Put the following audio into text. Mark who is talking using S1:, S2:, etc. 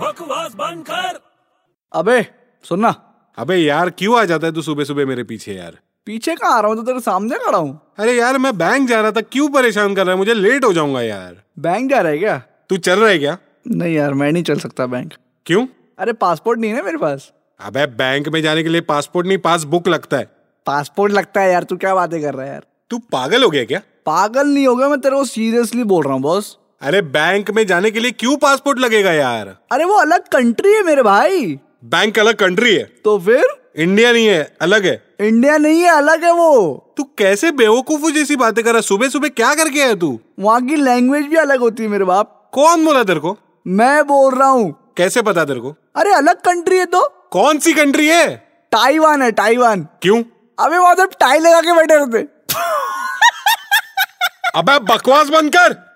S1: बकवास बंद कर
S2: अबे सुनना
S3: अबे यार क्यों आ जाता है तू सुबह सुबह मेरे पीछे यार
S2: पीछे कहाँ आ रहा हूँ तो तेरे सामने खड़ा हूँ
S3: अरे यार मैं बैंक जा रहा था क्यों परेशान कर रहा है मुझे लेट हो जाऊंगा यार
S2: बैंक जा रहा है क्या
S3: तू चल रहा है क्या
S2: नहीं यार मैं नहीं चल सकता बैंक
S3: क्यों
S2: अरे पासपोर्ट नहीं है ना मेरे पास
S3: अबे बैंक में जाने के लिए पासपोर्ट नहीं पासबुक लगता है
S2: पासपोर्ट लगता है यार तू क्या बातें कर रहा है यार
S3: तू पागल हो गया क्या
S2: पागल नहीं होगा मैं तेरे को सीरियसली बोल रहा हूँ बॉस
S3: अरे बैंक में जाने के लिए क्यों पासपोर्ट लगेगा यार
S2: अरे वो अलग कंट्री है मेरे भाई
S3: बैंक अलग कंट्री है
S2: तो फिर
S3: इंडिया नहीं है अलग है
S2: इंडिया नहीं है अलग है वो
S3: तू कैसे बेवकूफू जैसी बातें कर रहा है? सुबह सुबह क्या करके आया तू
S2: वहाँ की लैंग्वेज भी अलग होती है मेरे बाप
S3: कौन बोला तेरे को
S2: मैं बोल रहा हूँ
S3: कैसे पता तेरे को
S2: अरे अलग कंट्री है तो
S3: कौन सी कंट्री है
S2: ताइवान है ताइवान
S3: क्यों
S2: अबे वहां सब टाई लगा के बैठे रहते
S3: अबे बकवास बंद कर